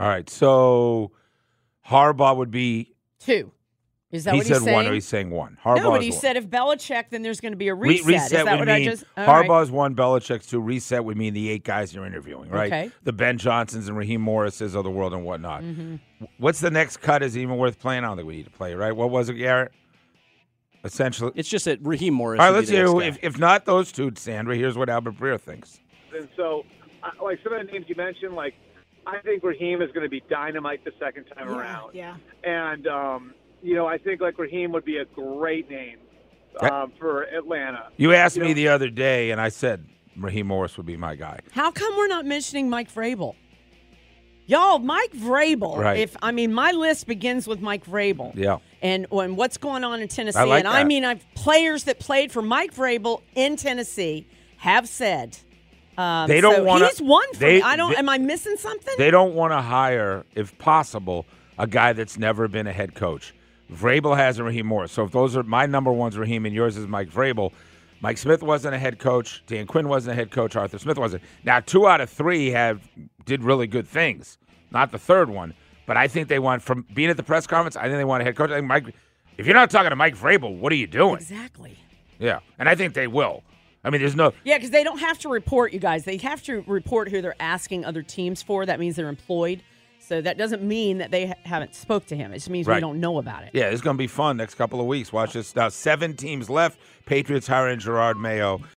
All right. So Harbaugh would be. Two. Is that he what said he's saying? one, or he's saying one. Harbaugh no, but is he one. said if Belichick, then there's going to be a Re- reset. Is that would mean what I just? all right. Harbaugh's one, Belichick's two. Reset would mean the eight guys you're interviewing, right? Okay. Mm. The Ben Johnsons and Raheem Morrises of the world and whatnot. Mm-hmm. What's the next cut? Is even worth playing? I don't think we need to play, right? What was it, Garrett? Essentially. It's just that Raheem Morris. All right, would let's be the hear. next who- guy. If, if not those two, Sandra, here's what Albert Breer thinks. And so, I- like some of the names you mentioned, like I think Raheem is going to be dynamite the second time around. Yeah. And um, you know, I think like Raheem would be a great name That- um, for Atlanta. You asked You me know- the other day, and I said Raheem Morris would be my guy. How come we're not mentioning Mike Vrabel? Y'all, Mike Vrabel. Right. If I mean, my list begins with Mike Vrabel. Yeah. And when what's going on in Tennessee, I like and I that. mean, I've players that played for Mike Vrabel in Tennessee have said um, They don't so wanna- He's one for they- me. I don't. they- am I missing something? They don't want to hire, if possible, a guy that's never been a head coach. Vrabel has a Raheem Morris. So if those are my number ones, Raheem, and yours is Mike Vrabel. Mike Smith wasn't a head coach. Dan Quinn wasn't a head coach. Arthur Smith wasn't. Now, two out of three have did really good things. Not the third one, but I think they want from being at the press conference. I think they want a head coach. I think Mike. If you're not talking to Mike Vrabel, what are you doing? exactly. Yeah, and I think they will. I mean, there's no. Yeah, because they don't have to report, you guys. They have to report who they're asking other teams for. That means they're employed. So that doesn't mean that they ha- haven't spoke to him. It just means Right. we don't know about it. Yeah, it's going to be fun next couple of weeks. Watch this. Now, seven teams left. Patriots hiring Gerard Mayo.